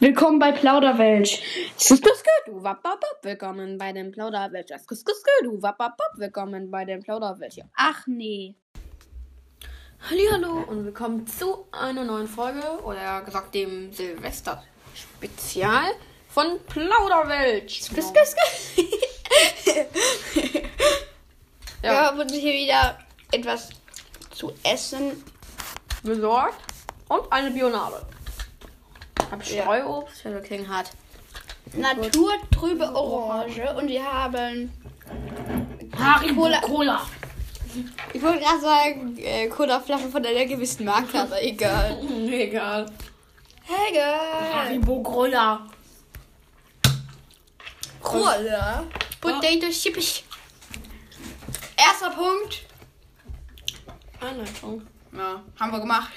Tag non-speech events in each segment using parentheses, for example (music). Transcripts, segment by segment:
Willkommen bei Plauderwelsch. Skuskö, du wappapap, willkommen bei den Plauderwelcher. Skuskö, du wappapap, willkommen bei den Plauderwelcher. Ach nee. Hallo und willkommen zu einer neuen Folge oder gesagt dem Silvester-Spezial von Plauderwelsch. (laughs) Ja. Wir haben uns hier wieder etwas zu essen. besorgt und eine Bionade. Hab Ja. Streuobst, Shadow King hat. Naturtrübe Orange und wir haben. Haribo Cola. Cola. Ich wollte gerade sagen, äh, Cola-Flasche von einer gewissen Marke, aber egal. (laughs) Egal. Egal. Haribo Cola. Cola. Potato Chips. Erster Punkt. Anleitung. Ja, haben wir gemacht.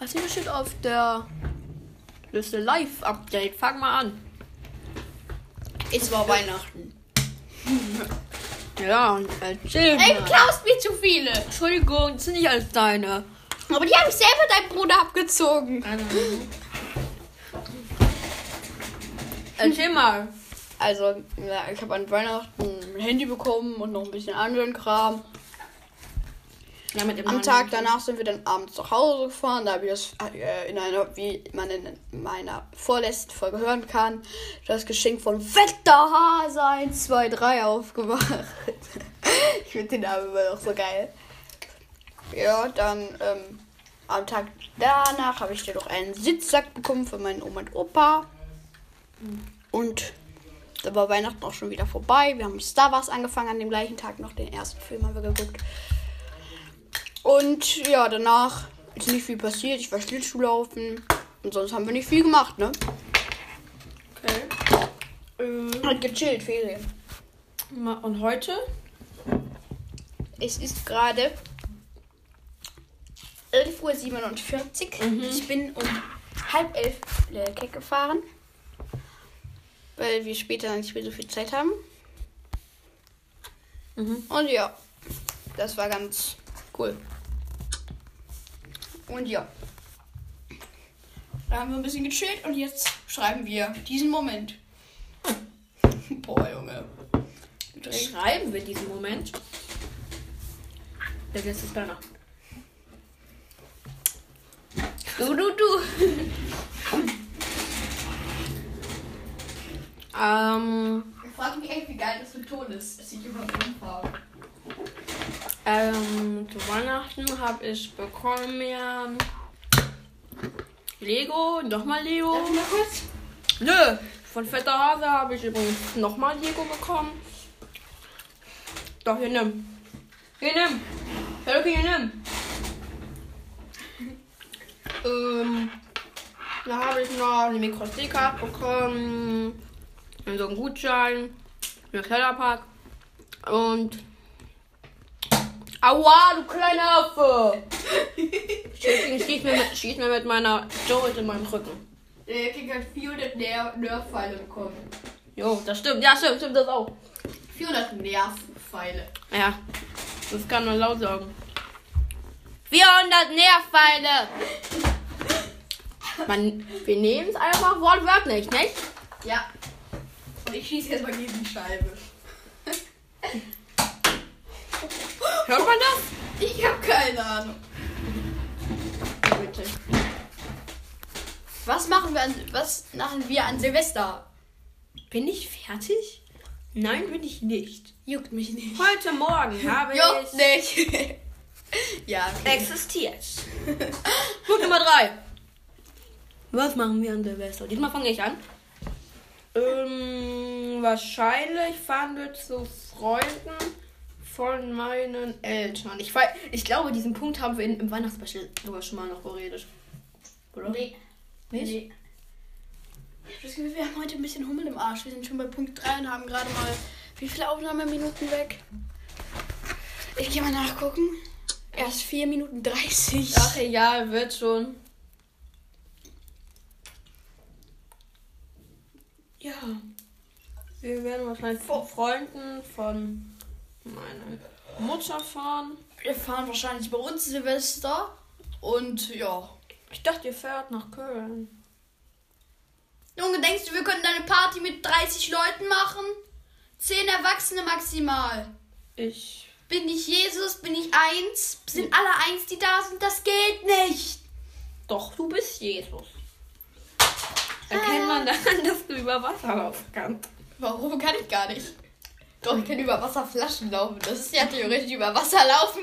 Hast du bestimmt auf der Liste Live-Update? Fang mal an. Es war Weihnachten. Ja, und Ey, erzähl mal. du klaust mir zu viele. Entschuldigung, das sind nicht alles deine. Aber die haben selber deinen Bruder abgezogen. Erzähl mal. Also, ja, ich habe an Weihnachten ein Handy bekommen und noch ein bisschen anderen Kram. Ja, mit dem Am Mann. Tag danach sind wir dann abends nach Hause gefahren. Da habe ich das äh, in einer, wie man in meiner vorletzten Folge hören kann, das Geschenk von Wetterhase 123 aufgemacht. (laughs) ich finde den Namen immer noch so geil. Ja, dann ähm, am Tag danach habe ich dann noch einen Sitzsack bekommen von meinen Oma und Opa. Und da war Weihnachten auch schon wieder vorbei. Wir haben Star Wars angefangen an dem gleichen Tag noch. Den ersten Film haben wir geguckt. Und ja, danach ist nicht viel passiert. Ich war Schlittschuhlaufen. Und sonst haben wir nicht viel gemacht, ne? Okay. Äh, Hat gechillt, Ferien. ma- und heute? Es ist gerade 11.47 Uhr. Ich bin um halb elf Lehrkeck gefahren. Weil wir später nicht mehr so viel Zeit haben. Mhm. Und ja, das war ganz cool. Und ja. Da haben wir ein bisschen gechillt und jetzt schreiben wir diesen Moment. (laughs) Boah, Junge. Schreiben wir diesen Moment. Der Rest ist danach. Du, du, (laughs) du. ähm, Ich frage mich echt, wie geil das mit Ton ist, dass ich immer rumfahre. ähm, zu Weihnachten habe ich bekommen ja Lego, nochmal Oh, Lego. Nö, von Vetter Hase habe ich übrigens nochmal Lego bekommen. Doch, hier nimm. Hier nimm. Ja, okay, hier nimm. Ähm, da habe ich noch eine Mikrostika bekommen. Und so einen Gutschein. Einen Kellerpack. Und. Aua, du kleiner Affe! Schieß, schieß, mir mit, schieß mir mit meiner Jolt in meinen Rücken. Der Kick hat 400 Ner Nervpfeile bekommen. Jo, das stimmt. Ja, stimmt, stimmt das auch. 400 Nervpfeile. Ja, das kann man laut sagen. 400 Nährpfeile! Man, wir nehmen es einfach wortwörtlich, nicht? Ja. Und ich schieße jetzt mal gegen die Scheibe. Hört man das? Ich habe keine Ahnung. Bitte. Was machen wir an, was machen wir an Silvester? Bin ich fertig? Nein, bin ich nicht. Juckt mich nicht. Heute Morgen habe Juckt ich nicht. (laughs) ja, okay. (laughs) existiert. Punkt Nummer 3. Was machen wir an Silvester? Diesmal fange ich an. Ähm, wahrscheinlich fahren wir zu Freunden von meinen Eltern. Ich, wei- ich glaube, diesen Punkt haben wir in, im Weihnachtsspecial sogar schon mal noch geredet. Oder? Nee. Nicht? Nee. Ich hab das Gefühl, wir haben heute ein bisschen Hummel im Arsch. Wir sind schon bei Punkt 3 und haben gerade mal wie viele Aufnahmeminuten weg? Ich gehe mal nachgucken. Erst 4 Minuten 30. Ach, egal, wird schon. Ja. Wir werden wahrscheinlich vor Freunden von meiner Mutter fahren. Wir fahren wahrscheinlich bei uns Silvester und ja. Ich dachte, ihr fährt nach Köln. Junge, denkst du, wir könnten da eine Party mit 30 Leuten machen? 10 Erwachsene maximal. Ich. Bin ich Jesus? Bin ich eins? Sind alle eins, die da sind? Das geht nicht. Doch, du bist Jesus. Erkennt man daran, dass du über Wasser laufen kannst. Warum kann ich gar nicht? Doch, ich kann über Wasserflaschen laufen. Das ist ja theoretisch über Wasser laufen.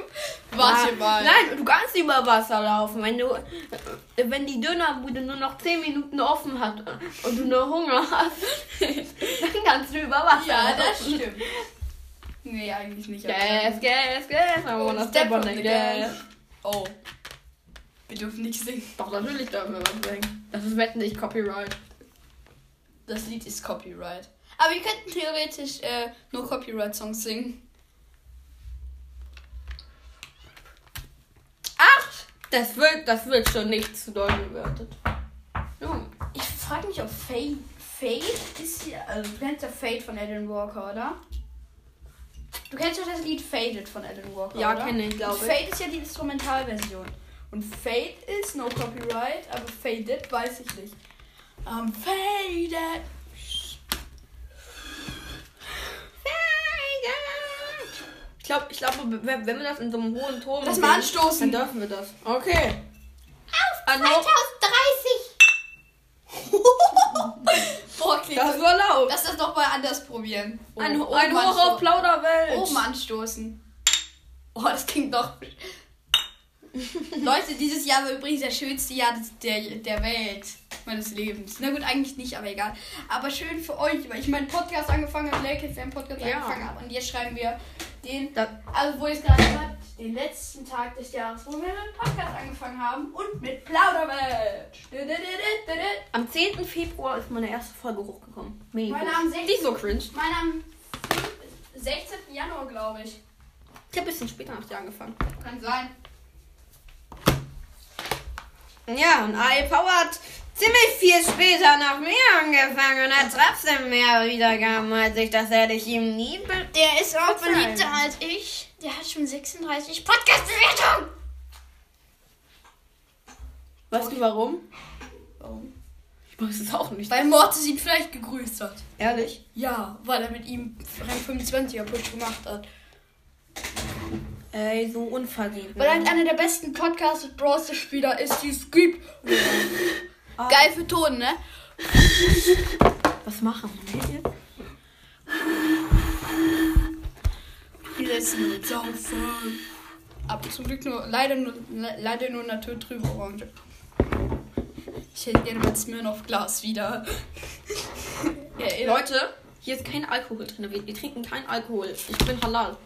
Warte mal. Nein, du kannst über Wasser laufen. Wenn du, wenn die Dönerbude nur noch 10 Minuten offen hat und du nur Hunger hast, (laughs) dann kannst du über Wasser Ja, laufen. das stimmt. Nee, eigentlich nicht. aber- Yes, yes, yes, I wanna Und step on the it, gas. yes. Oh. Wir dürfen nicht singen. Doch, natürlich dürfen wir was sagen. Das ist wetten nicht Copyright. Das Lied ist Copyright. Aber wir könnten theoretisch äh, nur Copyright-Songs singen. Ach, das wird, das wird schon nicht zu doll Hm, bewertet. Junge. Ich frage mich, ob Fade. Fade ist ja. Also, du kennst ja Fade von Alan Walker, oder? Du kennst doch das Lied Faded von Alan Walker. Ja, oder? kenne ich, glaube ich. Fade ist ja die Instrumentalversion. Und Fade ist no copyright, aber Faded weiß ich nicht. I'm faded. Ich glaube, ich glaube, wenn wenn wir das in so einem hohen Ton Lass machen, mal anstoßen. dann dürfen wir das. Okay. Auf 2030! Boah, klingt Das das war laut. Lass das doch mal anders probieren. Oh, Ein, Oh, Oben- ein oben Hoch auf anstoßen. Plauderwelt. Oben anstoßen. Oh, das klingt doch. (laughs) Leute, dieses Jahr war übrigens das schönste Jahr des, der, der Welt. Meines Lebens. Na gut, eigentlich nicht, aber egal. Aber schön für euch, weil ich meinen Podcast angefangen habe, Black FM Podcast Ja. angefangen habe. Und jetzt schreiben wir den Da- also wo ich es gerade gesagt den letzten Tag des Jahres, wo wir mit dem Podcast angefangen haben und mit Plauderwelt. Dü-dü-dü-dü-dü-dü. am 10. Februar ist meine erste Folge hochgekommen. Mega. Meine am Die ist so cringe. Meine am 16. Januar, glaube ich. Ich habe ein bisschen später nach dir angefangen. Kann sein. Ja, und iPower hat ziemlich viel später nach mir angefangen und hat trotzdem mehr Wiedergaben als ich. Das hätte ich ihm nie be Der ist auch Verzeihen. beliebter als ich. Der hat schon 36 Podcast-Bewertungen. Weißt du warum? Warum? Ich weiß es auch nicht. Oh. Weil Mortis ihn vielleicht gegrüßt hat. Ehrlich? Ja, weil er mit ihm Rang 25er Push gemacht hat. Ey, so unverdient. Weil er halt einer der besten podcast browser spieler ist, die es gibt. Geil für Ton, ne? Ah, Was machen wir jetzt? Die lassen uns aufhören. Aber zum Glück nur, leider nur, le- leider nur naturtrübe Orange. Ich hätte gerne mit Smirnoff Glas (laughs) wieder. ja, ey, Leute. Leute, hier ist kein Alkohol drin. Wir, wir trinken keinen Alkohol. Ich bin halal.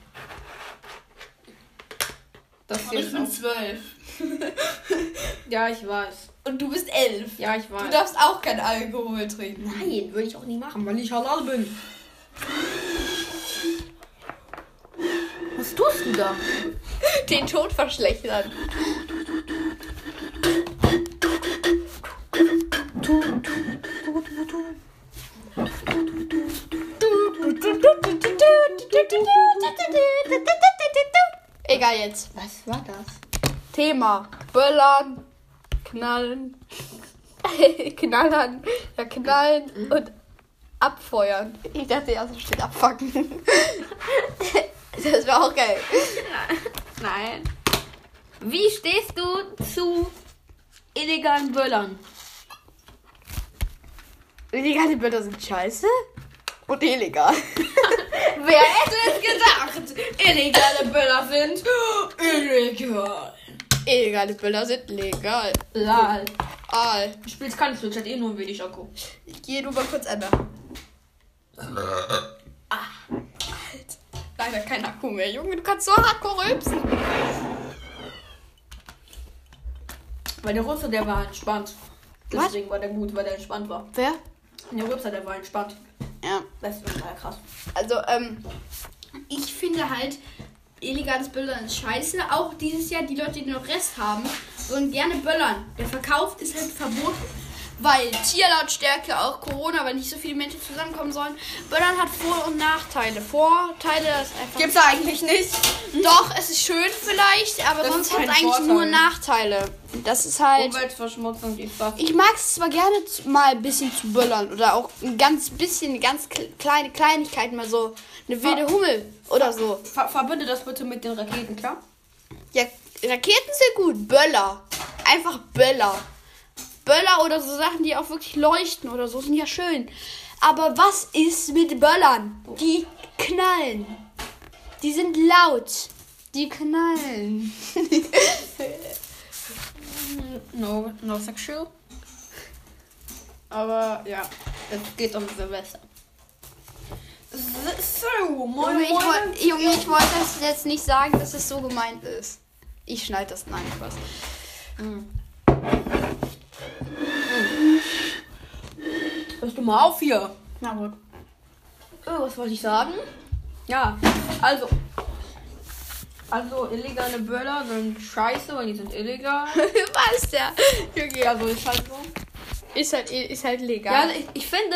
Das hier Ich ist bin auch. zwölf. Ja, ich weiß. Und du bist elf. Ja, ich weiß. Du darfst auch kein Alkohol trinken. Nein, würde ich auch nie machen, weil ich halal bin. Was tust du da? Den Ton verschlechtern. Egal jetzt. Was war das? Thema. Böllern. Knallen. (laughs) knallern. Ja, knallen und abfeuern. Ich dachte erst, es steht abfacken. (laughs) das wäre auch geil. (laughs) Nein. Wie stehst du zu illegalen Böllern? Illegale Bilder sind scheiße und illegal. (laughs) Wer hätte es gedacht? Illegale Böller sind illegal. Illegale Bilder sind legal. Lal. Al. Du spielst keine Switch, hat eh nur ein wenig Akku. Ich gehe nur mal kurz ändern. Ah. Halt. Leider kein Akku mehr. Junge, du kannst so hardcore rülpsen. Weil der Russe, der war entspannt. Was? Deswegen war der gut, weil der entspannt war. Wer? Und der Rübser, der war entspannt. Ja. Das war ja krass. Also, ähm, ich finde halt, illegales Böllern ist scheiße. Auch dieses Jahr, die Leute, die noch Rest haben, sollen gerne böllern. Der Verkauf ist halt verboten. weil Tier laut Stärke auch Corona, weil nicht so viele Menschen zusammenkommen sollen. Aber dann hat Vor- und Nachteile. Vorteile ist einfach. Gibt's eigentlich nicht. Doch, es ist schön vielleicht, aber Das sonst ist hat kein es eigentlich nur Vorteil. Nachteile. Das ist halt. Umweltverschmutzung, die Sache. Ich mag es zwar gerne zu- mal ein bisschen zu böllern oder auch ein ganz bisschen, eine ganz kle- kleine Kleinigkeit, mal so eine Ah. wilde Hummel oder so. Ver verbinde das bitte mit den Raketen, klar? Ja, Raketen sind gut, Böller. Einfach Böller. Böller oder so Sachen, die auch wirklich leuchten oder so, sind ja schön. Aber was ist mit Böllern? Die knallen. Die sind laut. Die knallen. Mm, No, no sexual. Aber ja, es geht um Silvester. So, moin, Junge, ich, moin. woll- Junge, ich wollte das jetzt nicht sagen, dass es so gemeint ist. Ich schneide das nein, was. Hörst du mal auf hier? Na gut. Oh, was wollte ich sagen? Ja, also. Also, illegale Böller sind scheiße, weil die sind (laughs) (laughs) illegal. was der? Ja, so ist halt so. Ist halt, ist halt legal. Ja, also ich, ich finde,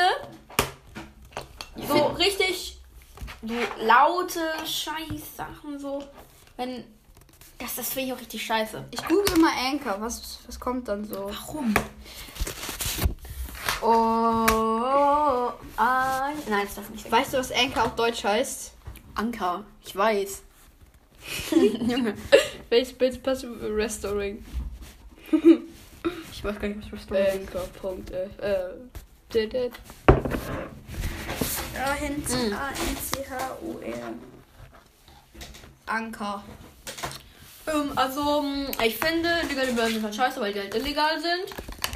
so richtig so laute Scheißsachen, so, wenn. Das, das finde ich auch richtig scheiße. ich google mal Anchor. Was, was kommt dann so? Warum? Oh, ein. Nein, das darf nicht sein. Weißt du, was Anchor auf Deutsch heißt? Anker, ich (laughs) weiß. Junge, Welches Bild passt im Restoring? ich weiß gar nicht, was Restaurant ist. Anchor.f. Äh, Ja, hinten A-N-C-H-U-R. Anker. Ähm, also, mm, ich finde, illegale Börsen sind halt scheiße, weil die halt illegal sind.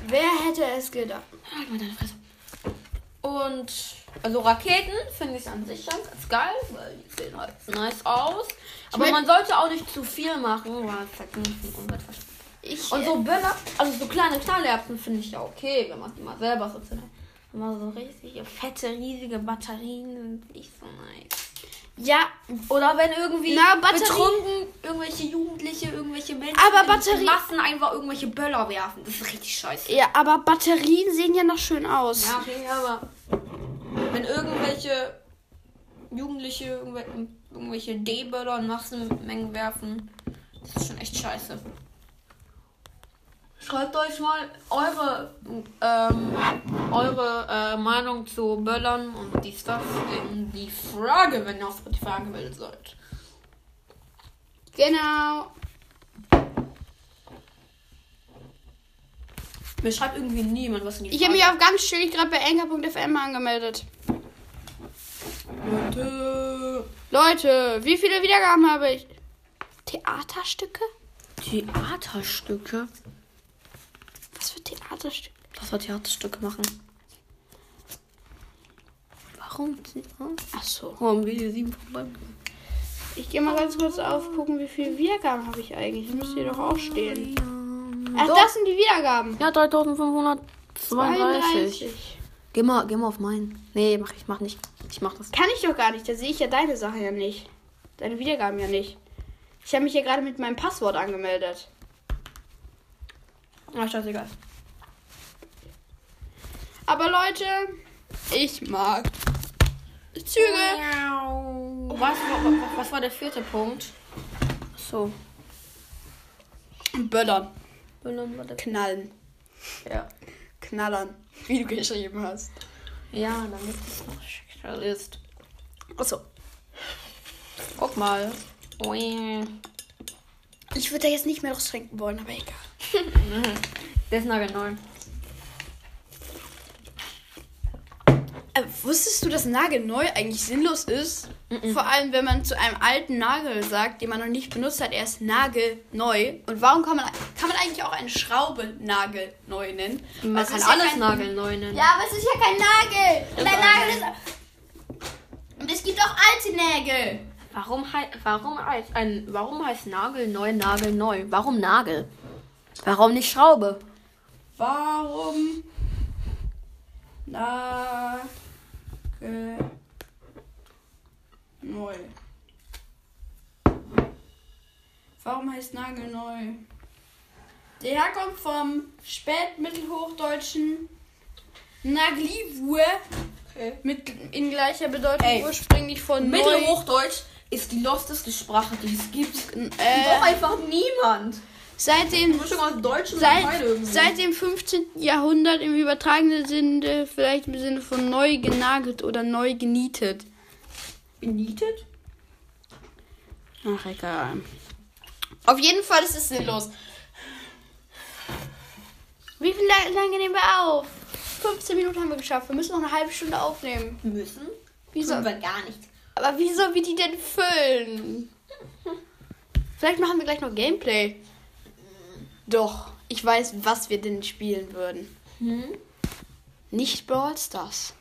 Wer hätte es gedacht? Halt mal deine Fresse. Und, also Raketen finde ich an sich ganz, ganz geil, weil die sehen halt nice aus. Aber mein- man sollte auch nicht zu viel machen, weil es halt nicht viel Umweltverschmutzung. Ich. Und so Böller, also so kleine Knallerbsen finde ich ja okay, wenn man die mal selber so zündet. Immer so richtig fette, riesige Batterien sind nicht so nice. ja, Oder wenn irgendwie Na, Batterie- betrunken irgendwelche Jugendliche, irgendwelche Menschen Aber in Batterie- Massen einfach irgendwelche Böller werfen. Das ist richtig scheiße. ja, aber Batterien sehen ja noch schön aus. Ja, okay, aber wenn irgendwelche Jugendliche irgendwel irgendwelche D-Böller in Massenmengen werfen, das ist schon echt scheiße. Schreibt euch mal eure, ähm, eure äh, Meinung zu Böllern und die Stuff in die Frage, wenn ihr auf Spotify angemeldet seid. Genau. Mir schreibt irgendwie niemand was in die Ich habe mich auch ganz chillig gerade bei Anchor.fm mal angemeldet. Leute, Leute, wie viele Wiedergaben habe ich? Theaterstücke? Theaterstücke. Was für Theaterstücke? Lass mal Theaterstücke machen. Warum? hm? Ach so. Haben wir hier sieben Verbleibende? Ich gehe mal ganz kurz aufgucken, wie viele Wiedergaben habe ich eigentlich. Das müsste hier doch auch stehen. Ach, das sind die Wiedergaben. Ja, 3532. 32. Geh mal, geh mal auf meinen. Nee, mach ich mach nicht. Ich mach das. Kann ich doch gar nicht. Da sehe ich ja deine Sache ja nicht. Deine Wiedergaben ja nicht. Ich habe mich ja gerade mit meinem Passwort angemeldet. Ah, scheißegal. Aber Leute, ich mag Züge. Oh, was, was, was war der vierte Punkt? So. Böllern. Böllern war der Knallen. Ja. Knallern. Wie du geschrieben hast. Ja, dann ist es noch schneller ist. Achso. Guck mal. Ui. Ich würde da jetzt nicht mehr trinken wollen, aber egal. Der ist nagelneu. Äh, wusstest du, dass Nagelneu eigentlich sinnlos ist? Vor allem, wenn man zu einem alten Nagel sagt, den man noch nicht benutzt hat, er ist nagelneu. Und warum kann man, kann man eigentlich auch eine Schraube nagelneu nennen? Weil Man es kann ist ja alles kein- nagelneu nennen. Ja, aber es ist ja kein Nagel. Und ein Überall. Nagel ist. Und es gibt auch alte Nägel. Warum, hei warum, heißt ein, warum heißt Nagel neu Nagel neu? Warum Nagel? Warum nicht Schraube? Warum Nagel neu? Warum heißt Nagel neu? Der herkommt vom spätmittelhochdeutschen Nagliwue Okay. mit in gleicher Bedeutung Ey. ursprünglich von neu, Mittelhochdeutsch ist die losteste Sprache, die es gibt. Doch äh, einfach niemand. seit dem Mischung aus Deutsch und Beide Seit, irgendwie. seit dem 15. Jahrhundert im übertragenen Sinne, vielleicht im Sinne von neu genagelt oder neu genietet. Benietet? Ach, egal. Auf jeden Fall ist es sinnlos. Wie viel la- lange nehmen wir auf? 15 Minuten haben wir geschafft. Wir müssen noch eine halbe Stunde aufnehmen. Müssen? Wie Wieso? soll, Wir gar nicht. aber wie sollen wir die denn füllen? Vielleicht machen wir gleich noch Gameplay. Doch, ich weiß, was wir denn spielen würden. Hm? Nicht Brawl Stars.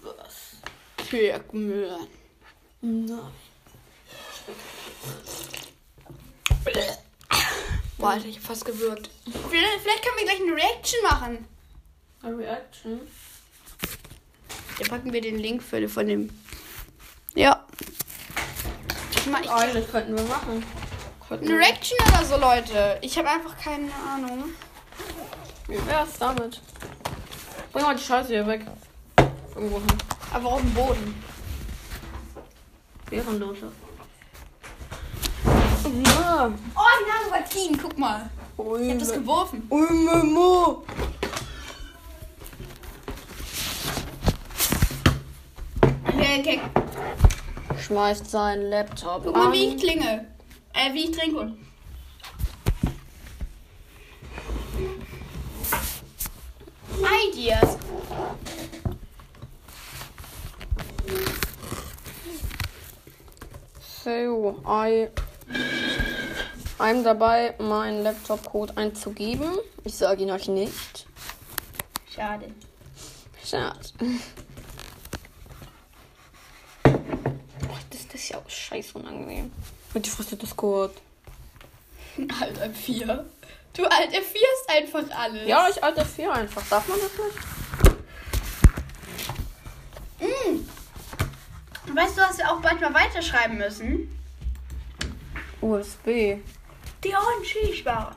Was? Birkenmühlen. Na. Boah, Alter, ich hab fast gewürgt. Vielleicht, vielleicht können wir gleich eine Reaction machen. A Reaction? Da packen wir den Link für, von dem. Ja. Ich mach, ich, Eigentlich Ah, könnten wir machen. eine Reaction oder so, Leute. Ich habe einfach keine Ahnung. Wie wär's damit? Bring mal die Scheiße hier weg. Irgendwo hin. Aber auf dem Boden. Ehrenlose. Ja. Oh, die Nase war clean. Guck mal. Ich hab das Mhm. geworfen. Ulmemo. Okay, okay. Schmeißt seinen Laptop Guck mal, Ähm. wie ich klinge. Äh, wie ich trinke. Ideas. So, I. I'm dabei, meinen Laptop-Code einzugeben. Ich sage ihn euch nicht. Schade. Schade. Oh, das, das ist ja auch scheiß unangenehm. Und die Fresse Discord. Alt F4. Du Alt F4 ist einfach alles. Ja, ich alter 4 einfach. Darf man das nicht? Weißt Hm. du, was wir auch manchmal weiterschreiben müssen? USB. Die Unschießbare.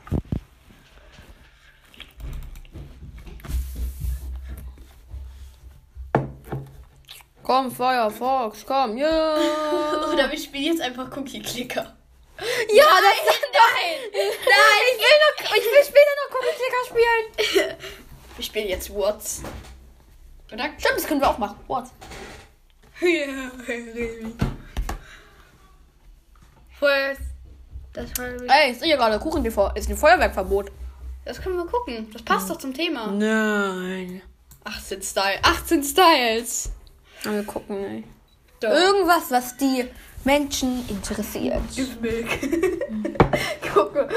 Komm, Firefox, komm, yeah! (laughs) (laughs) Oder wir spielen jetzt einfach Cookie Clicker. Ja, das ist (laughs) nein! Nein! Ich will, noch, ich will später noch Cookie Clicker spielen! (laughs) Wir spielen jetzt What's. Oder? Stimmt, das können wir auch machen. What? First. Das, war- Ey, ich sehe gerade Kuchen-TV. Ist ein Feuerwerkverbot. Äh, das können wir gucken. Das passt doch zum Thema. Nein. 18 Style. 18 Styles. Wir gucken, ey. Doch. Irgendwas, was die Menschen interessiert. Milk. (laughs) Gucke.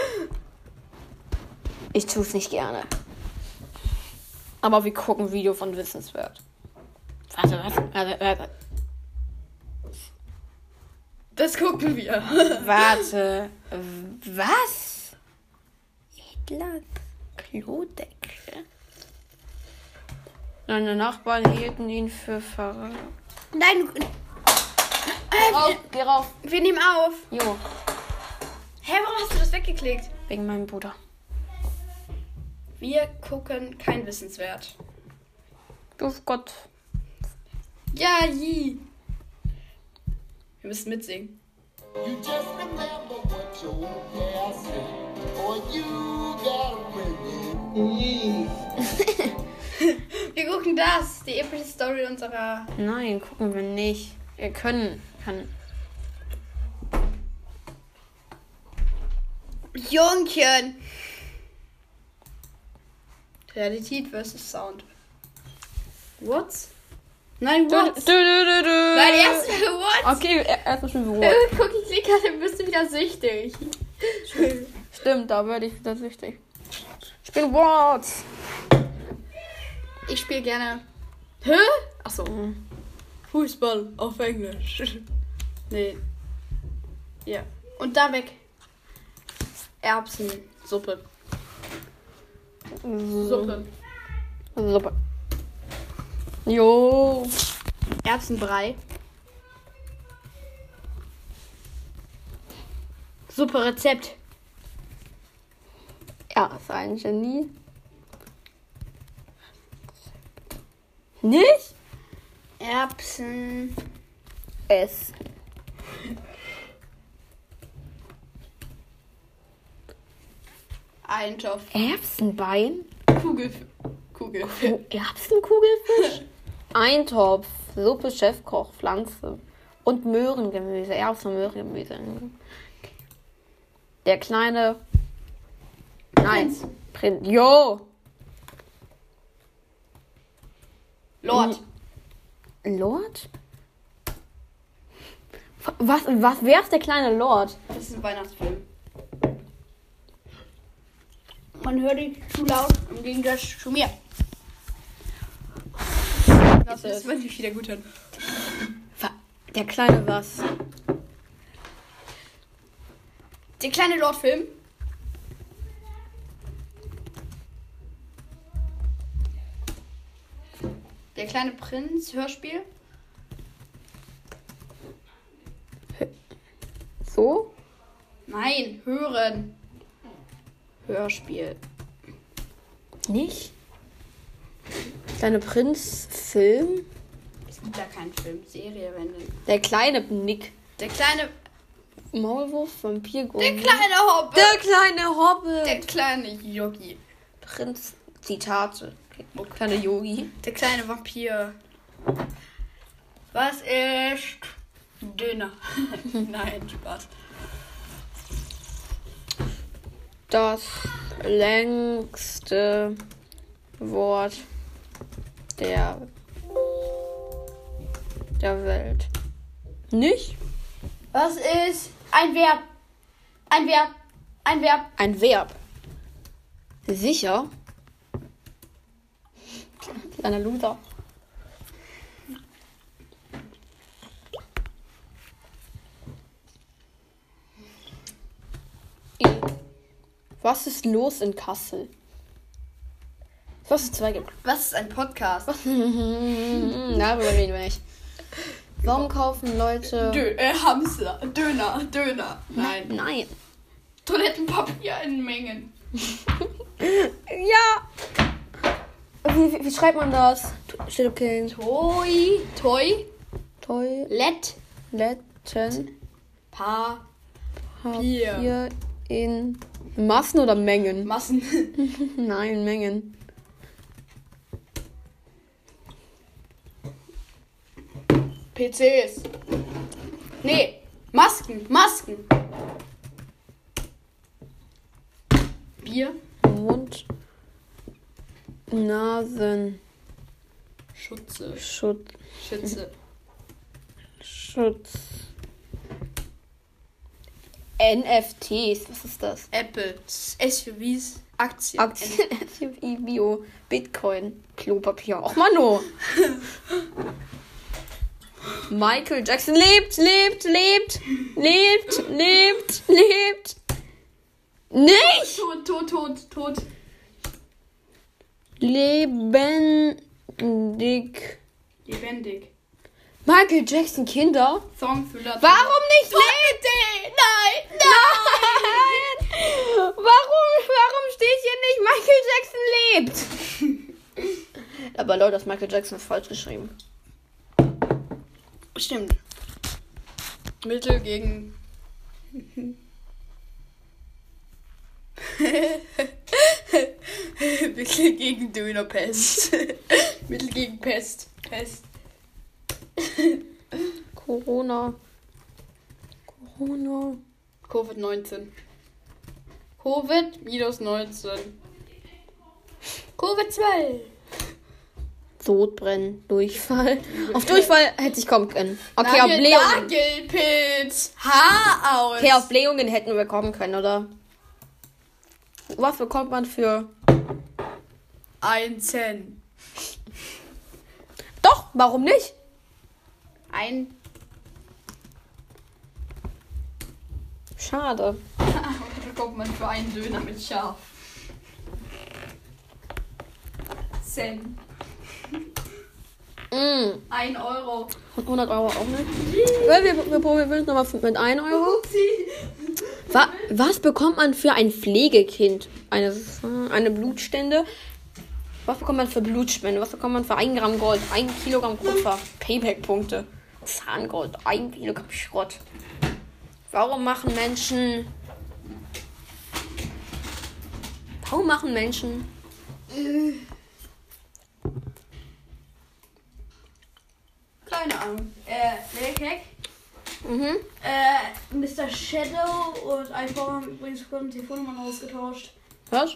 Ich tue es nicht gerne. Aber wir gucken Video von Wissenswert. Warte, warte, warte, warte. Das gucken wir. Warte. Was? Hitler Klodecke. Seine Nachbarn hielten ihn für Verräter. (laughs) Nein, Rauf, geh rauf. Äh, wir nehmen auf. Jo, Hä, warum hast du das weggeklickt? wegen meinem Bruder. Wir gucken kein Wissenswert. Duf Gott. Ja, ji. Wir müssen mitsingen. You just remember what your past said, or you gotta bring it. Wir gucken das, die epische Story unserer. Nein, gucken wir nicht. Wir können. Kann. Jungchen! Realität versus Sound. What? Nein, Du, du, what? du, du, du. Nein, erst (laughs) what? Okay, er- erstmal schon so. Äh, Guck, ich sehe gerade, dann bist du wieder süchtig. Stimmt, da werde ich wieder süchtig. Spiel What? Ich spiele gerne. Hä? Achso. mhm. Fußball auf Englisch. (laughs) nee. Ja. Und da weg. Erbsensuppe. Suppe. Super. Jo. Erbsenbrei. Super Rezept. Er ist ein Genie. Nicht? Erbsen. S. Eintopf. Erbsenbein? Kugel. Kugel. Oh, (laughs) Erbsenkugelfisch? Eintopf. Suppe, Chefkoch, Pflanze. Und Möhrengemüse. Erbsen und Möhrengemüse. Der kleine. Nein. Prinz. Jo! Lord. Lord? Was, was, wer ist der kleine Lord? Das ist ein Weihnachtsfilm. Man hört ihn zu laut im Gegensatz zu mir. Das ist wirklich wieder gut hören. Der kleine was? Der kleine Lord-Film. Der kleine Prinz, Hörspiel. So? Nein, hören. Hörspiel. Nicht? Kleine Prinz Film? Es gibt da keinen Film, Serie, wenn denn. Der kleine Nick. Der kleine, Maulwurf, Vampirgurm. der kleine Hoppe. Der kleine Hobbit. Der kleine Yogi. Prinz Zitate. Der kleine Yogi. Der kleine Vampir. Was ist Döner? (laughs) Nein, Spaß. Das längste Wort der, der Welt. Nicht? Was ist ein Verb? Ein Verb. Ein Verb. Ein Verb. Sicher. Kleiner Loser. I. Was ist los in Kassel? Was ist zwei gibt. Was ist ein Podcast? Na, darüber reden wir nicht. Warum kaufen Leute. Dö äh, Hamster. Döner. Döner. Nein. Nein. Toilettenpapier in Mengen. Ja! Wie, wie, wie schreibt man das? Steht okay. Toi. Toi. Toll. Let. Letten Pa. Bier. Papier in Massen oder Mengen? Massen. Nein, Mengen. PCs. Nee. Masken. Masken. Bier. Mund, Nasen, Schutze. Schutz, Schütze. Schutz. NFTs, was ist das? Apple. SUVs. Aktien. Aktien, SUV, Bio, Bitcoin, Klopapier. Och, Mano! Michael Jackson lebt, lebt, lebt, lebt, lebt, lebt. Nicht! Tot, tot, tot, tot. Lebendig. Lebendig. Michael Jackson Kinder? Songfüller. Warum nicht lebendig? Nein, nein! Warum, warum steht hier nicht Michael Jackson lebt? (laughs) Aber Leute, das Michael Jackson ist falsch geschrieben. Stimmt. Mittel gegen. (laughs) Mittel gegen Dönerpest. (laughs) Mittel gegen Pest. Pest. Corona. Corona. Covid-19. Covid minus 19. Covid-12. Sodbrennen, (laughs) Durchfall. Auf Durchfall hätte ich kommen können. Okay, auf Blähungen. Nageldpilz. Haar aus. Okay, auf Blähungen hätten wir kommen können, oder? Was bekommt man für Ein Cent. Doch, warum nicht? Ein (laughs) Schade. Was bekommt man für einen Döner mit Schaf? Cent. Mm. Ein Euro. Und 100 Euro auch nicht. Weil wir, wir probieren es nochmal mit 1 Euro. Wa was bekommt man für ein Pflegekind? Eine, eine Blutstände? Was bekommt man für Blutspende? Was bekommt man für 1 Gramm Gold? 1 Kilogramm Kupfer? Payback-Punkte. Zahngold. 1 Kilogramm Schrott. Warum machen Menschen. Warum machen Menschen. Keine Ahnung. Äh, Black Hack. Mhm. Äh, Mr. Shadow und iPhone haben übrigens kurz Telefonnummern ausgetauscht. Was?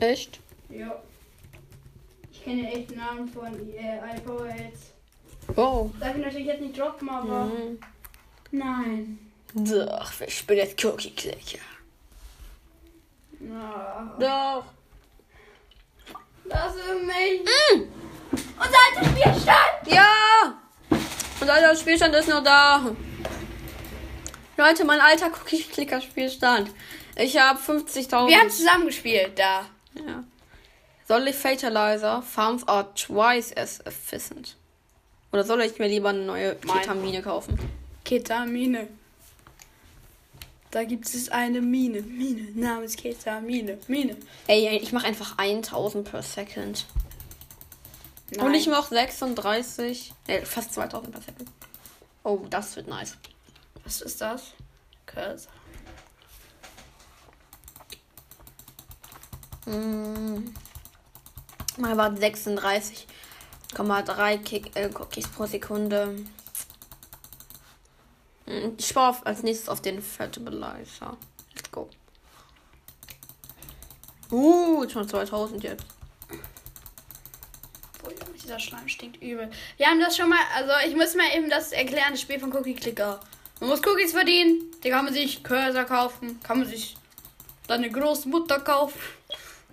Echt? Ja. Ich kenne den echten Namen von äh, iPhone jetzt. Wow. Darf ich natürlich jetzt nicht droppen, aber. Mhm. Nein. Doch, ich bin jetzt Cookie-Clicker. Na, Doch. Lass mich. Mm. Mhm. Unser altes Spiel stand! Ja! Und alter Spielstand ist noch da. Leute, mein alter Cookie-Clicker-Spielstand. Ich habe 50.000. Wir haben zusammen gespielt da. Ja. Soll ich Fatalizer? Farms are twice as efficient. Oder soll ich mir lieber eine neue Nein. Ketamine kaufen? Ketamine. Da gibt es eine Mine. Mine namens Ketamine. Mine. Ey, ich mache einfach 1000 per Second. Nein. Und ich mache 36, nee, fast 2000 per Second. Oh, das wird nice. Was ist das? Cursor. Mm. Mal war 36,3 Kick, äh, Cookies pro Sekunde. Mm, Ich spare auf- als nächstes auf den Fatalizer. Let's go. Uh, schon 2000 jetzt. Oh ja, dieser Schleim stinkt übel. Wir haben das schon mal, also ich muss mal eben das erklären, das Spiel von Cookie Clicker. Man muss Cookies verdienen, die kann man sich Cursor kaufen, kann man sich seine Großmutter kaufen,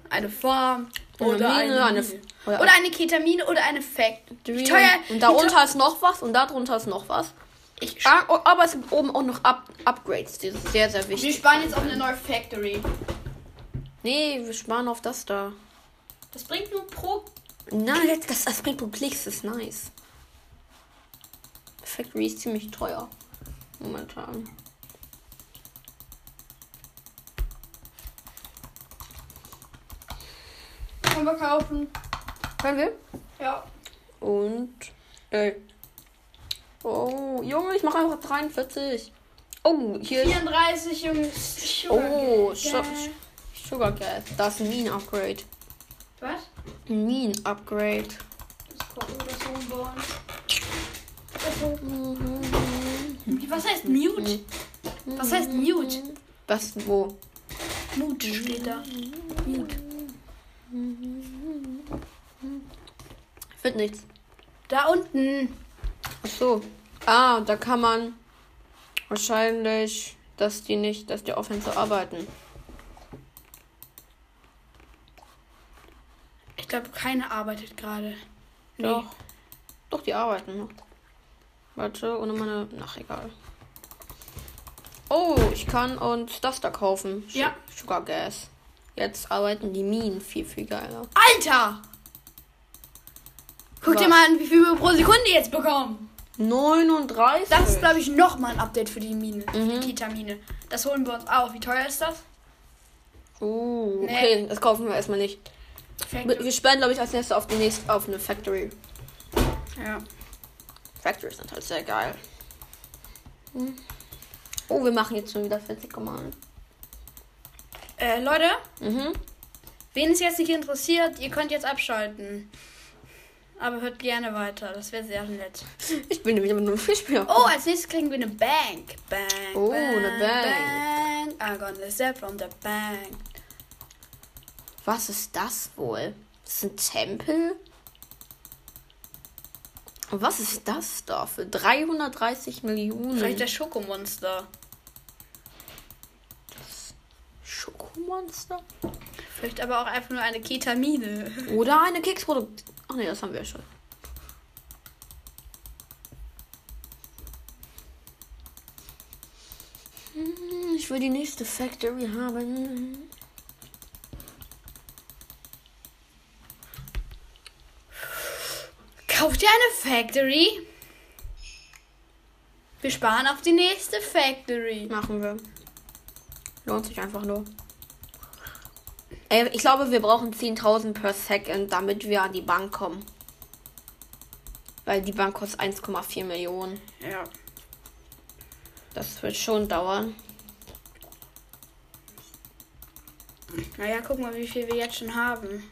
eine Farm Eine oder Mine, eine, eine Mine. F- oder- oder eine Ketamine oder eine Fact. Wie Dream. teuer, und wie teuer- darunter ist noch was und darunter ist noch was. Ich, Ah, oh, Aber es gibt oben auch noch Up Upgrades. Die sind sehr, sehr Wir wichtig. sparen jetzt auf eine neue Factory. Nee, wir sparen auf das da. Das bringt nur pro. Nein, das, das bringt Publix, ist nice. Factory ist ziemlich teuer. Momentan. Können wir kaufen. Können wir? Ja. Und. Ey. Oh, Junge, ich mache einfach 43. Oh, hier ist. 34 Jungs. Oh, Sugar, Sugar Gas. Das ist ein Minen-Upgrade. Was? Ein Minen-Upgrade. Das kommt nur das Umbauen. Was heißt Mute? Was heißt Mute? Was? Wo? Mute Mhm. steht da. Mute. Wird nichts. Da unten. Ach so. Ah, da kann man wahrscheinlich, dass die nicht, dass die aufhören zu arbeiten. Ich glaube, keiner arbeitet gerade. Doch. Doch, die arbeiten noch. Warte, ohne meine. Ach, egal. Oh, ich kann uns das da kaufen. Su- Ja. Sugar Gas. Jetzt arbeiten die Minen viel, viel geiler. Alter! Guck Was? dir mal an, wie viel wir pro Sekunde jetzt bekommen. 39? Das ist, glaube ich, nochmal ein Update für die Mine. Für Mhm. die Ketamine. Das holen wir uns auch. Wie teuer ist das? Uh, okay, das kaufen wir erstmal nicht. Wir wir sparen, glaube ich, als nächstes auf die nächste, auf eine Factory. Ja. Factories sind halt sehr geil. Hm. Oh, wir machen jetzt schon wieder 40 Mal. Äh, Leute, Mhm. wen es jetzt nicht interessiert, ihr könnt jetzt abschalten. Aber hört gerne weiter. Das wäre sehr nett. Ich bin wieder mit einem Fischbier. Oh, als nächstes kriegen wir eine Bank. Bank. Oh, bank, eine Bank. bank. I'm gonna step from the bank. Was ist das wohl? Ist das ein Tempel? Und was ist das da für 330 Vielleicht Millionen? das Schokomonster. Schokomonster? Vielleicht aber auch einfach nur eine Ketamine. (laughs) Oder eine Keksprodukt. Ach nee, das haben wir ja schon. Hm, Ich will die nächste Factory haben. Kauft ihr eine Factory? Wir sparen auf die nächste Factory. Machen wir. Lohnt sich einfach nur. Ey, ich glaube, wir brauchen 10.000 per Second, damit wir an die Bank kommen. Weil die Bank kostet 1,4 Millionen. Ja. Das wird schon dauern. Naja, guck mal, wie viel wir jetzt schon haben.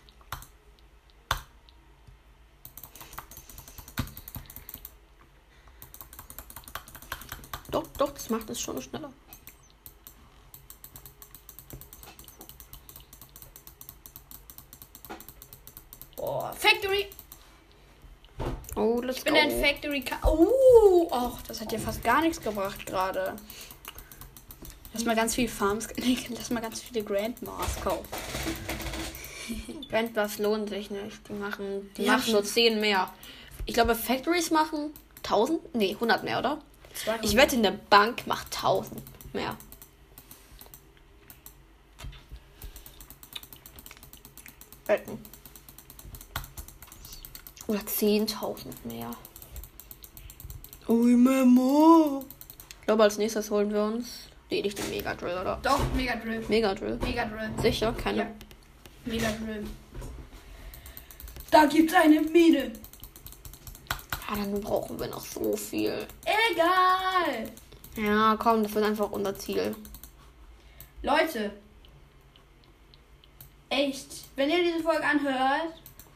Doch, doch, das macht es schon schneller. Boah, Factory. Oh, let's Ich bin go. ein Factory Car. Oh, och, das hat ja fast gar nichts gebracht gerade. Lass mal ganz viel Farms. (laughs) Nee, lass mal ganz viele Grandmas kaufen. Wenn was lohnt sich nicht. Die machen, die Ja, machen nur 10 mehr. Ich glaube, Factories machen 1000? Nee, 100 mehr, oder? Ich wette, eine Bank macht 1000 mehr. Wetten. Oder 10.000 mehr. Ui, Memo. Ich glaube, als nächstes holen wir uns. Nee, nicht den Mega Drill, oder? Doch, Mega Drill. Mega Drill. Mega Drill. Sicher, keine. Ja. Mega Drill. Da gibt's eine Mine. Ah, dann brauchen wir noch so viel. Egal. Ja, komm, das wird einfach unser Ziel. Leute, echt, wenn ihr diese Folge anhört,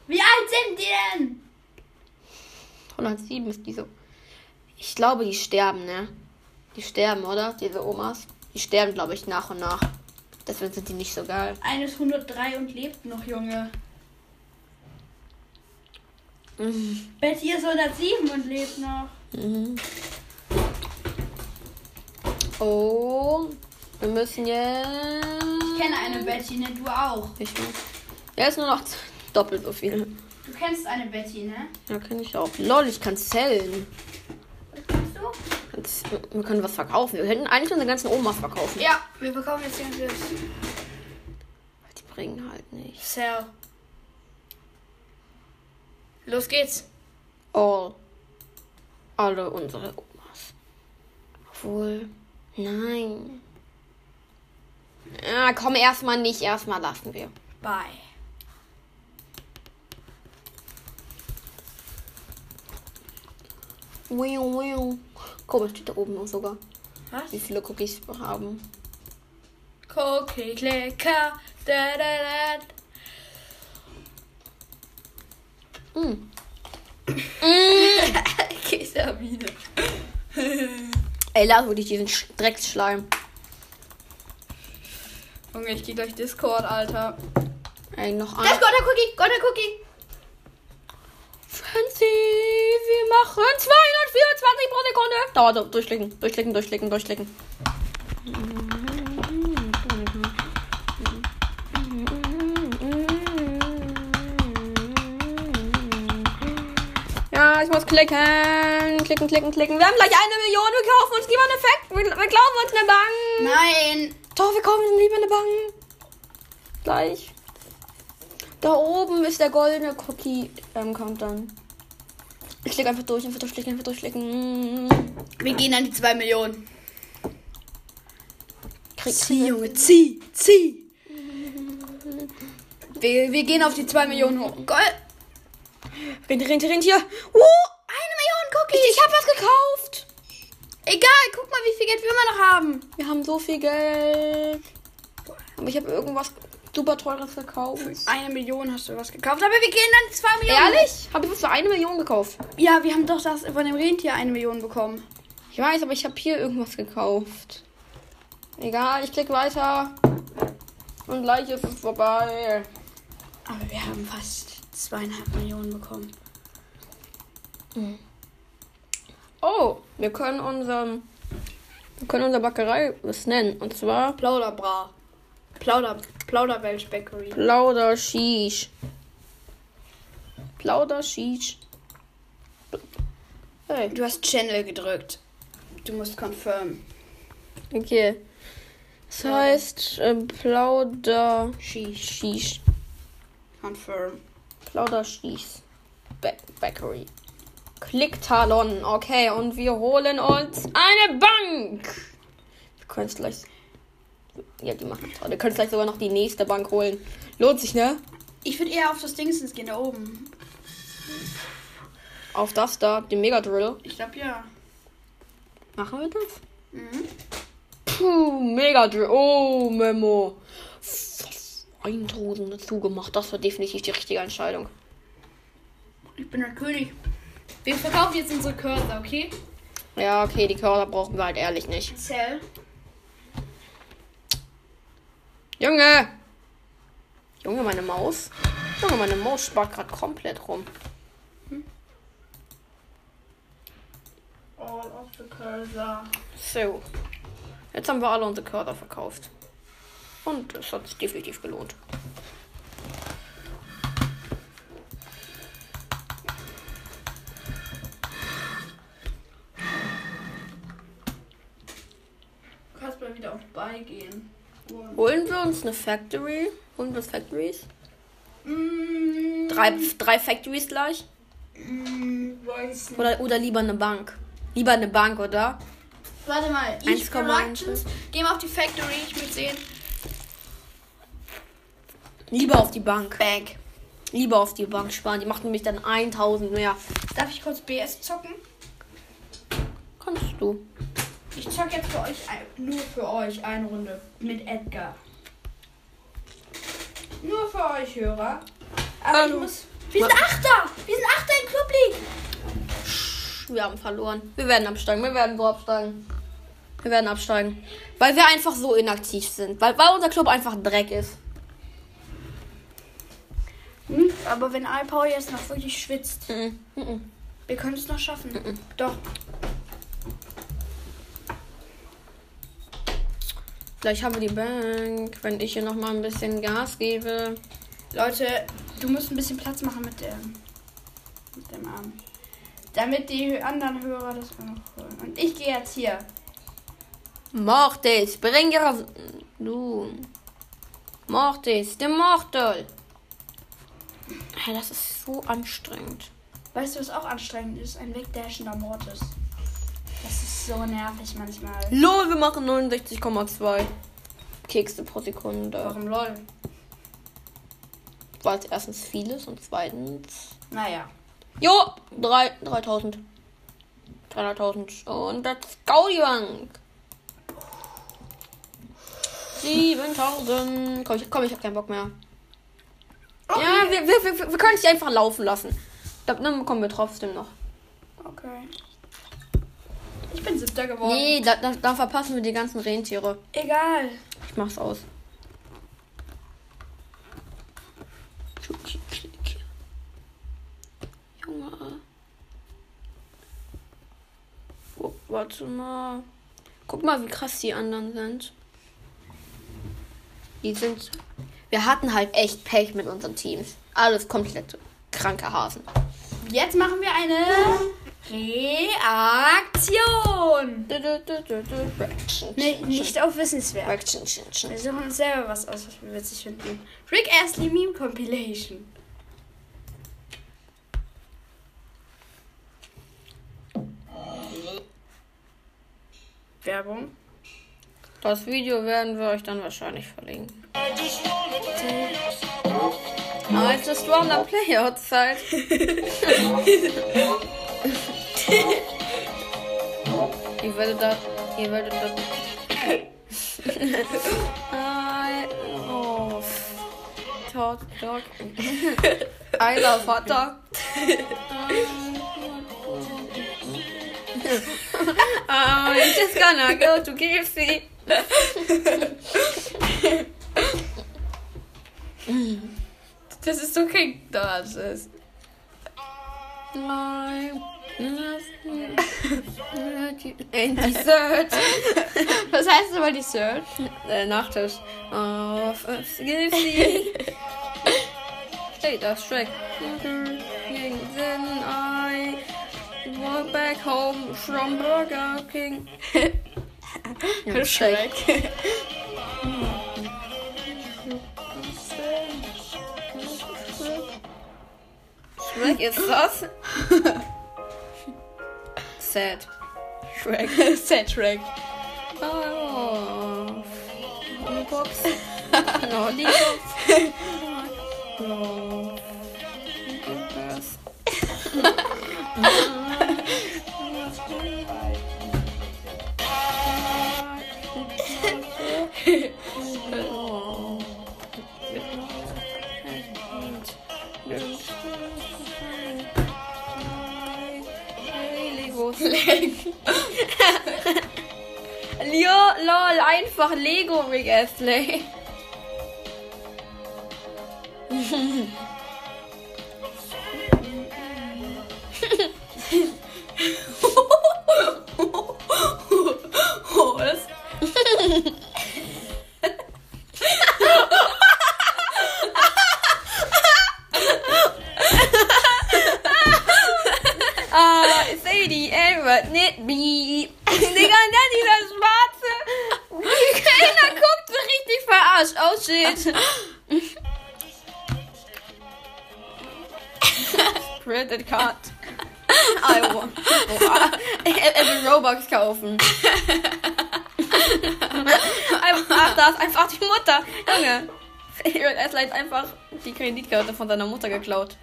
wie alt sind die denn? 107 ist diese. Ich glaube, die sterben, ne? Die sterben, oder? Diese Omas. Die sterben, glaube ich, nach und nach. Deswegen sind die nicht so geil. Eine ist 103 und lebt noch, (laughs) Junge. Betty ist 107 und lebt noch. Mhm. Oh, wir müssen Ich jetzt. kenne eine Betty, ne? Du auch. Ich muss. Ja, ist nur noch z- doppelt so viel. Du kennst eine Betty, ne? Ja, kann ich auch. Lol, ich kann zählen. Was kennst du? Kann's- Wir können was verkaufen. Wir könnten eigentlich unsere ganzen Omas verkaufen. Ja, wir bekommen jetzt den Die bringen halt nichts. Sell. Los geht's. All. Alle unsere Omas. Obwohl. Nein. Ah, komm, erstmal nicht. Erstmal lassen wir. Bye. Wiu, wiu. Komisch, steht da oben noch sogar. Was? Wie viele Cookies wir haben. Cookie Clicker. Da, da, da. Mm. (laughs) Kesamine. Ey, lass wirklich diesen Sch- Drecksschleim. Junge, ich geh gleich Discord, Alter. Ey, noch Das ein. Gott der Cookie, Gott der Cookie. Fancy, wir machen 224 pro Sekunde. Dauert so, durchklicken, durchklicken, durchklicken, durchklicken. Ja, ich muss klicken. Klicken, klicken, klicken. Wir haben gleich eine Million. Wir kaufen uns lieber eine Fact. Wir, wir kaufen uns eine Bank. Nein. Doch, wir kaufen uns lieber eine Bank. Gleich. Da oben ist der goldene Cookie. Ähm, kommt dann. Ich klicke einfach durch, einfach durchklicken, einfach durchklicken. Wir gehen an die 2 Millionen. Krieg, Zieh, Junge, (laughs) zieh, zieh. Wir, wir gehen auf die 2 Millionen hoch. Gold. Rentier, Rentier, Rentier. Uh, eine Million Cookies. Ich, ich habe was gekauft. Egal, guck mal, wie viel Geld wir immer noch haben. Wir haben so viel Geld. Aber ich habe irgendwas super teures gekauft. Eine Million hast du was gekauft, aber wir gehen an die 2 Millionen. Ehrlich? Habe ich was für eine Million gekauft? Ja, wir haben doch das von dem Rentier eine Million bekommen. Ich weiß, aber ich habe hier irgendwas gekauft. Egal, ich klicke weiter. Und gleich ist es vorbei. Aber wir haben fast zweieinhalb Millionen bekommen. Oh, wir können unseren. Wir können unsere Bäckerei was nennen. Und zwar Plauderbra. Plauder, Plauderwelsch Bakery. Plauderschisch. Plauderschisch. Hey, Du hast Channel gedrückt. Du musst confirm. okay. Das heißt äh, Plauderschisch. Confirm. Plauderschisch. Ba Bakery. Klicktalon. Okay, und wir holen uns eine Bank. Wir können es gleich. Ja, die machen toll. Ihr könnt vielleicht sogar noch die nächste Bank holen. Lohnt sich, ne? Ich würde eher auf das Dingsens gehen, da oben. Auf das da, den Mega Drill. Ich glaube ja. Machen wir das? Mhm. Puh, Mega Drill. Oh, Memo. 1000 dazu gemacht. Das war definitiv die richtige Entscheidung. Ich bin der König. Wir verkaufen jetzt unsere Cursor, okay? Ja, okay, die Körner brauchen wir halt ehrlich nicht. Cell. Junge! Junge, meine Maus. Junge, meine Maus spart gerade komplett rum. All of the Cursor. So. Jetzt haben wir alle unsere Körner verkauft. Und es hat sich definitiv gelohnt. Du kannst mal wieder auf beigehen. Holen wir uns eine Factory? Holen wir uns Factories? Mm, Drei, drei Factories gleich? mm, weiß nicht. Oder, oder lieber eine Bank? Lieber eine Bank, oder? Warte mal. Each 1,1 Productions. Geh mal auf die Factory, ich will sehen. Lieber auf die Bank. Bank. Lieber auf die Bank sparen. Die macht nämlich dann 1000 mehr. Darf ich kurz BS zocken? Kannst du. Ich zock jetzt für euch ein, nur für euch eine Runde mit Edgar. Nur für euch Hörer. Aber Hallo. ich muss. Wir sind Achter! Wir sind Achter in Club League! Wir haben verloren. Wir werden absteigen. Wir werden so absteigen. Wir werden absteigen. Weil wir einfach so inaktiv sind. Weil, weil unser Club einfach Dreck ist. Aber wenn iPower jetzt noch wirklich schwitzt, Mhm. Mhm. wir können es noch schaffen. Doch. Vielleicht haben wir die Bank, wenn ich hier nochmal ein bisschen Gas gebe. Leute, du musst ein bisschen Platz machen mit dem, mit dem Arm. Damit die anderen Hörer das auch noch holen. Und ich gehe jetzt hier. Mortis, bring ihre... Du. Mortis, der Mortel. Hey, das ist so anstrengend. Weißt du, was auch anstrengend ist? Ein wegdashender Mortis. Das ist so nervig manchmal. Lol, wir machen 69,2 Kekse pro Sekunde. Warum lol? Weil es erstens viel ist und zweitens Naja. Jo, drei- 3000. 300.000. Und let's go, die Bank. 7000. Komm, ich, komm, ich hab keinen Bock mehr. Ja, wir, wir, wir, wir können es einfach laufen lassen. Dann kommen wir trotzdem noch. Okay. Ich bin siebter geworden. Nee, da, da, da verpassen wir die ganzen Rentiere. Egal. Ich mach's aus. Klick, klick, klick. Junge. Oh, warte mal. Guck mal, wie krass die anderen sind. Die sind. Wir hatten halt echt Pech mit unseren Teams. Alles komplett kranke Hasen. Jetzt machen wir eine Reaktion. Nee, nicht auf Wissenswert. Wir suchen uns selber was aus, was wir witzig finden. Rick Astley Meme Compilation. Werbung. Das Video werden wir euch dann wahrscheinlich verlinken. I just wanna play outside. ihr werdet da. Ihr werdet da. I love Hot Dog. I love Hot Dog. Oh, I'm just gonna go to KFC. Das ist doch kein Deutsches. I'm in dessert. Was heißt aber die Search? äh, Nachtisch. Auf Skillsy. (laughs) Hey, das ist Shrek. Gegen Sinn, I walk back home from Burger (laughs) King. Ja, Shrek. Shrek ist (laughs) das? Sad. Shrek. (laughs) Ah. Set Track. Oh. Lollipops. Lollipops. Lollipops. Lio, lol, einfach Lego Rick Astley. (laughs) Oh, das Ah, Sadie, Edward, nicht me. Digga, und dann dieser schwarze. Keiner guckt so richtig verarscht. Oh shit. Credit card. I want. Boah. Er will Robux kaufen. Einfach ach, das, einfach die Mutter. Junge. Er hat einfach die Kreditkarte von seiner Mutter geklaut.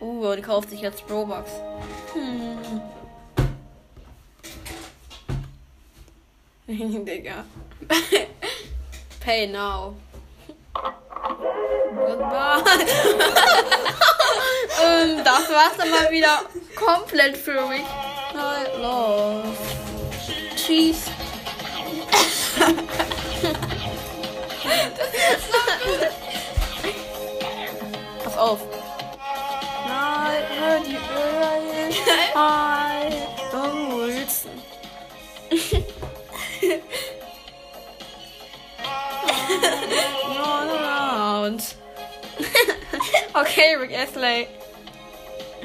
Uh, und kauft sich jetzt Robux. Hm. (laughs) Digga. (laughs) Pay now. Goodbye. (laughs) ähm, das war's dann mal wieder komplett für mich. I love. Tschüss. (laughs) Pass auf. (laughs) Night, where die Öl Hi, Tom Wilson. All around. (laughs) okay, Rick Astley.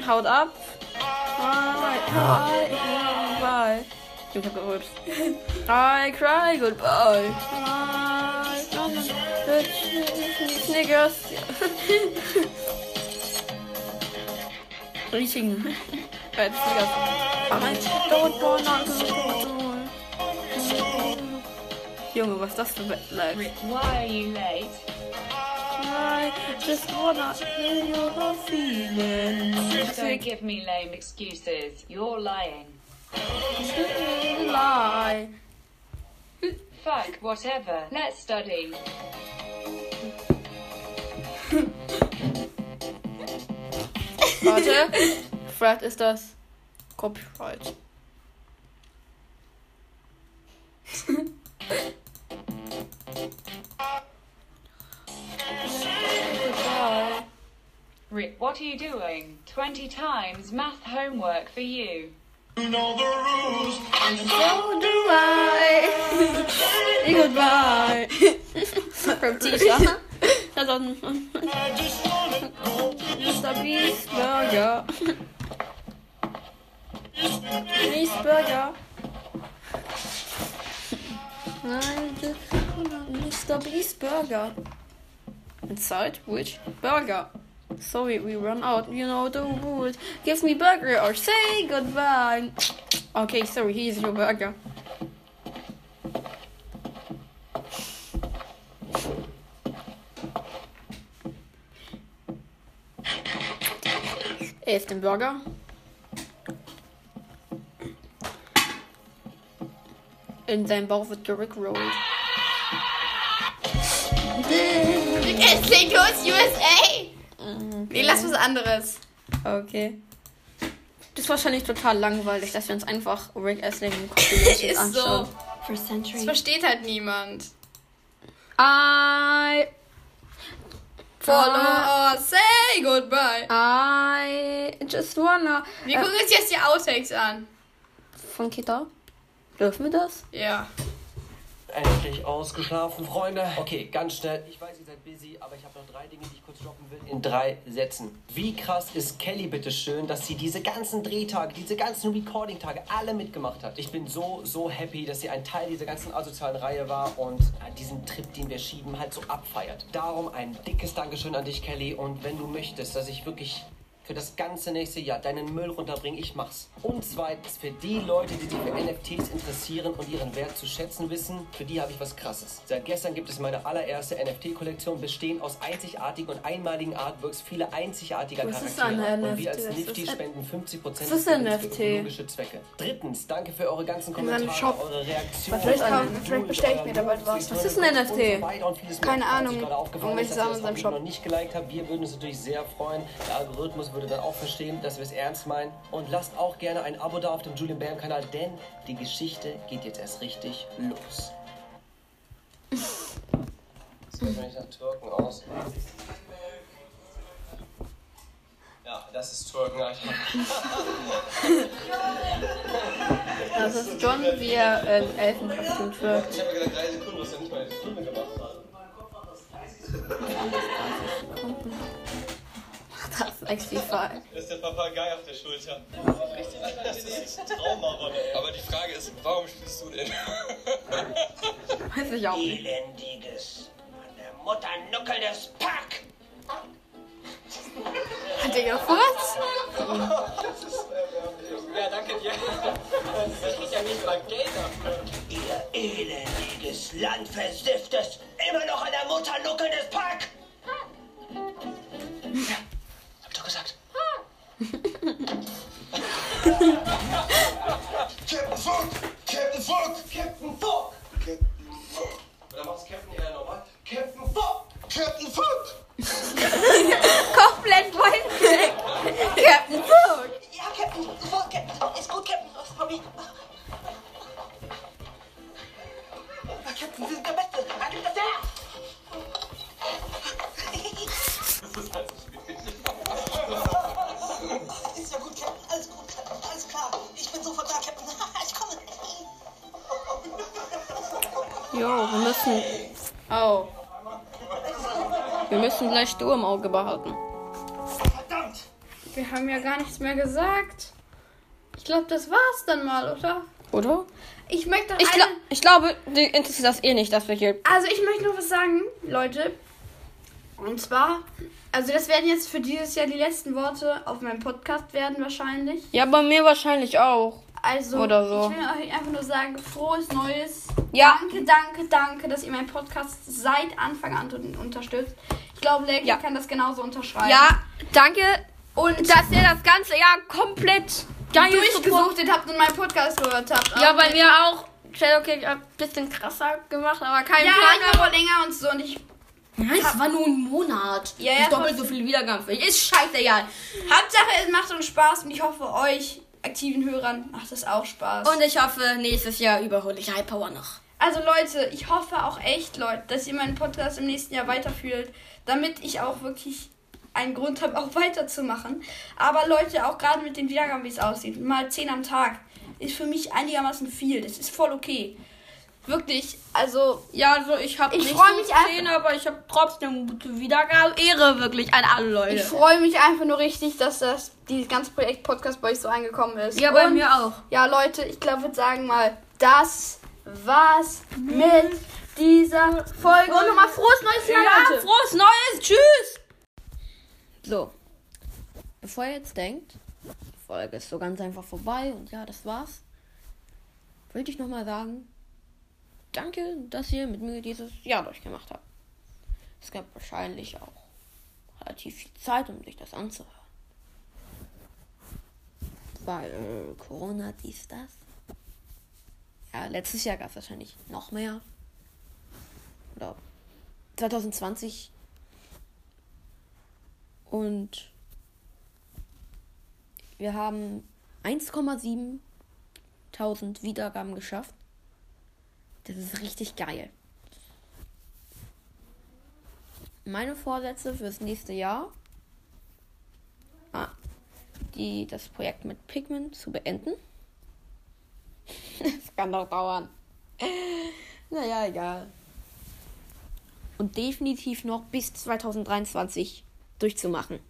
Haut ab. Hi, hi, goodbye. Ich hab gerülpst. I cry goodbye. I don't Snickers. richtigen Bad Snickers. I don't wanna go to- Junge, was ist das für Bad Life? Why are you late? I just wanna feel your feeling. Don't give me lame excuses. You're lying. Lie. Fuck, whatever. Let's study. Warte. Fred ist das Copyright. Rick, what are you doing? 20 times math homework for you. Goodbye. (laughs) From Tisha. Das ist ein Mr. Beast Burger. Beast Burger. Nein, das- Mr. Beast Burger. Inside which burger? Sorry, we run out. You know the rules. Give me burger or say goodbye. Okay, sorry, here's your burger. Er ist ein Burger. In seinem Bauch wird gerickrollt. Astley goes USA. Mhm. Nee, lass was anderes. Okay. Das ist wahrscheinlich total langweilig, dass wir uns einfach Rick Astley im (laughs) Kopf ist anschauen. so. For century. Das versteht halt niemand. I, Ah. Follow us, say goodbye. I just wanna... äh, Wir gucken uns jetzt die Outtakes an. Von Kita? Dürfen wir das? Ja. Endlich ausgeschlafen, Freunde. Okay, ganz schnell. Ich weiß, ihr seid busy, aber ich habe noch drei Dinge, die ich kurz droppen will. In drei Sätzen. Wie krass ist Kelly bitte schön, dass sie diese ganzen Drehtage, diese ganzen Recording-Tage alle mitgemacht hat. Ich bin so, so happy, dass sie ein Teil dieser ganzen asozialen Reihe war und äh, diesen Trip, den wir schieben, halt so abfeiert. Darum ein dickes Dankeschön an dich, Kelly. Und wenn du möchtest, dass ich wirklich für das ganze nächste Jahr deinen Müll runterbringen, ich mach's. Und zweitens, für die Leute, die sich für NFTs interessieren und ihren Wert zu schätzen wissen, für die habe ich was Krasses. Seit gestern gibt es meine allererste NFT-Kollektion, bestehend aus einzigartigen und einmaligen Artworks, viele einzigartiger Was ist Charaktere. ein und wir als NFT? Was Nifty ist ein- spenden 50% Was ist des ein Gewinns für NFT? ökologische Zwecke. Drittens, danke für eure ganzen In seinem Kommentare, Shop. eure Reaktionen. Vielleicht eure kann- Geduld, vielleicht bestell ich euren mir da bald Mut, was. Was ist ein und so NFT? weiter und vieles Keine mehr. Was Ahnung. um ich gerade aufgefallen Irgendwelche ist, dass ihr Sachen in seinem das Shop. noch nicht geliked habt. Wir würden uns natürlich sehr freuen. Der Algorithmus würde dann auch verstehen, dass wir es ernst meinen. Und lasst auch gerne ein Abo da auf dem Julian Bam Kanal, denn die Geschichte geht jetzt erst richtig los. Das sieht nicht nach Türken aus. Ja, das ist Türken, Alter. Das ist John, wie er ähm, Elfen verflucht wird. Ich habe gesagt, drei Sekunden, was er nicht mal eine Stunde gemacht hat. Das ist actually fun. Das ist der Papagei auf der Schulter. Das ist ein Trauma, Aber die Frage ist, warum spielst du denn? Weiß ich auch nicht. Elendiges, an der Mutter nuckelndes Pack! Hat der gefurzt? Ja, danke dir. Ich krieg ja nicht mal Geld dafür. Ihr elendiges, landversifftes, immer noch an der Mutter nuckelndes Pack! Hab doch gesagt. Captain Fuck! Captain Fuck! Captain Fuck! Captain Fuck! Oder machst Captain eher normal? Captain Fuck! Captain Fuck! Komplett Wolfgang. Captain Hook. Ja, Captain Fuck! Captain Fuck! Ist gut, Captain Fuck! Bobby! Oh, Captain, wir sind der Beste! Ah, du das ja! (laughs) Ist ja gut, Captain. Alles gut, Captain. Alles klar. Ich bin sofort da, Captain. (laughs) Ich komme. Jo, wir müssen. Oh. Au. Wir müssen gleich Stur im Auge behalten. Verdammt! Wir haben ja gar nichts mehr gesagt. Ich glaube, das war's dann mal, oder? Oder? Ich möchte noch Ich, eine, gla ich glaube, die interessiert das eh nicht, dass wir hier. Also ich möchte noch was sagen, Leute. Und zwar, also das werden jetzt für dieses Jahr die letzten Worte auf meinem Podcast werden wahrscheinlich. Ja, bei mir wahrscheinlich auch. Also Oder so. ich will euch einfach nur sagen, frohes Neues. Ja. Danke, danke, danke, dass ihr meinen Podcast seit Anfang an un- unterstützt. Ich glaube, Leck Ja. kann das genauso unterschreiben. Ja, danke. Und dass ihr das ganze Jahr komplett geil supportet. Durchgesuchtet habt und meinen Podcast gehört habt. ähm, Ja, bei mir auch. Shadowcake hat ein bisschen krasser gemacht, aber kein ja, Plan. ich war wohl länger und so und ich genau. Nein, es war nur ein Monat. Ja, Ja, ja, ja, doppelt so viel Wiedergaben für. Ist scheißegal. Hauptsache, es macht uns Spaß und ich hoffe, euch aktiven Hörern macht es auch Spaß. Und ich hoffe, nächstes Jahr überhole ich Highpower noch. also Leute, ich hoffe auch echt, Leute, dass ihr meinen Podcast im nächsten Jahr weiterführt, damit ich auch wirklich einen Grund habe, auch weiterzumachen. Aber Leute, auch gerade mit den Wiedergaben, wie es aussieht, mal 10 am Tag, ist für mich einigermaßen viel. Das ist voll okay. Wirklich, also Ja, also ich habe Ich nicht freu so mich einfach- gesehen, aber ich habe trotzdem gute Wiedergaben. Ehre wirklich an alle Leute. ich freue mich einfach nur richtig, dass das dieses ganze Projekt Podcast bei euch so angekommen ist. ja, bei Und- mir auch. Ja, Leute, ich glaube, wir sagen mal, das war's mit dieser Folge. Und nochmal frohes neues Jahr, Ja, Leute. frohes Neues. Tschüss. So. Bevor ihr jetzt denkt, die Folge ist so ganz einfach vorbei und ja, das war's. Wollte ich nochmal sagen, danke, dass ihr mit mir dieses Jahr durchgemacht habt. Es gab wahrscheinlich auch relativ viel Zeit, um sich das anzuhören. Weil äh, Corona dies, das. Ja, letztes Jahr gab es wahrscheinlich noch mehr. Oder 2020. Und wir haben 1,7 tausend Wiedergaben geschafft. Das ist richtig geil. Meine Vorsätze fürs nächste Jahr. Ah, die, das Projekt mit Pigment zu beenden. (laughs) das kann doch dauern. (laughs) Naja, egal und definitiv noch bis 2023 durchzumachen.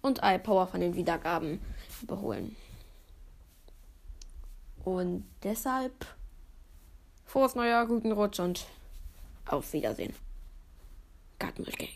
Und iPower von den Wiedergaben überholen. Und deshalb frohes Neujahr, guten Rutsch und auf Wiedersehen. Gartenmilch Gang.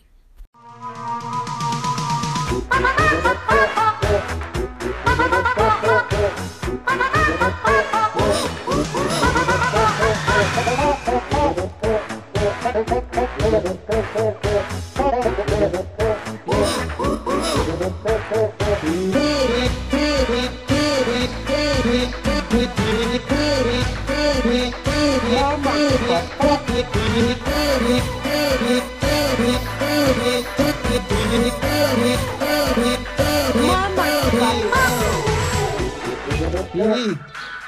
Mama, Mama.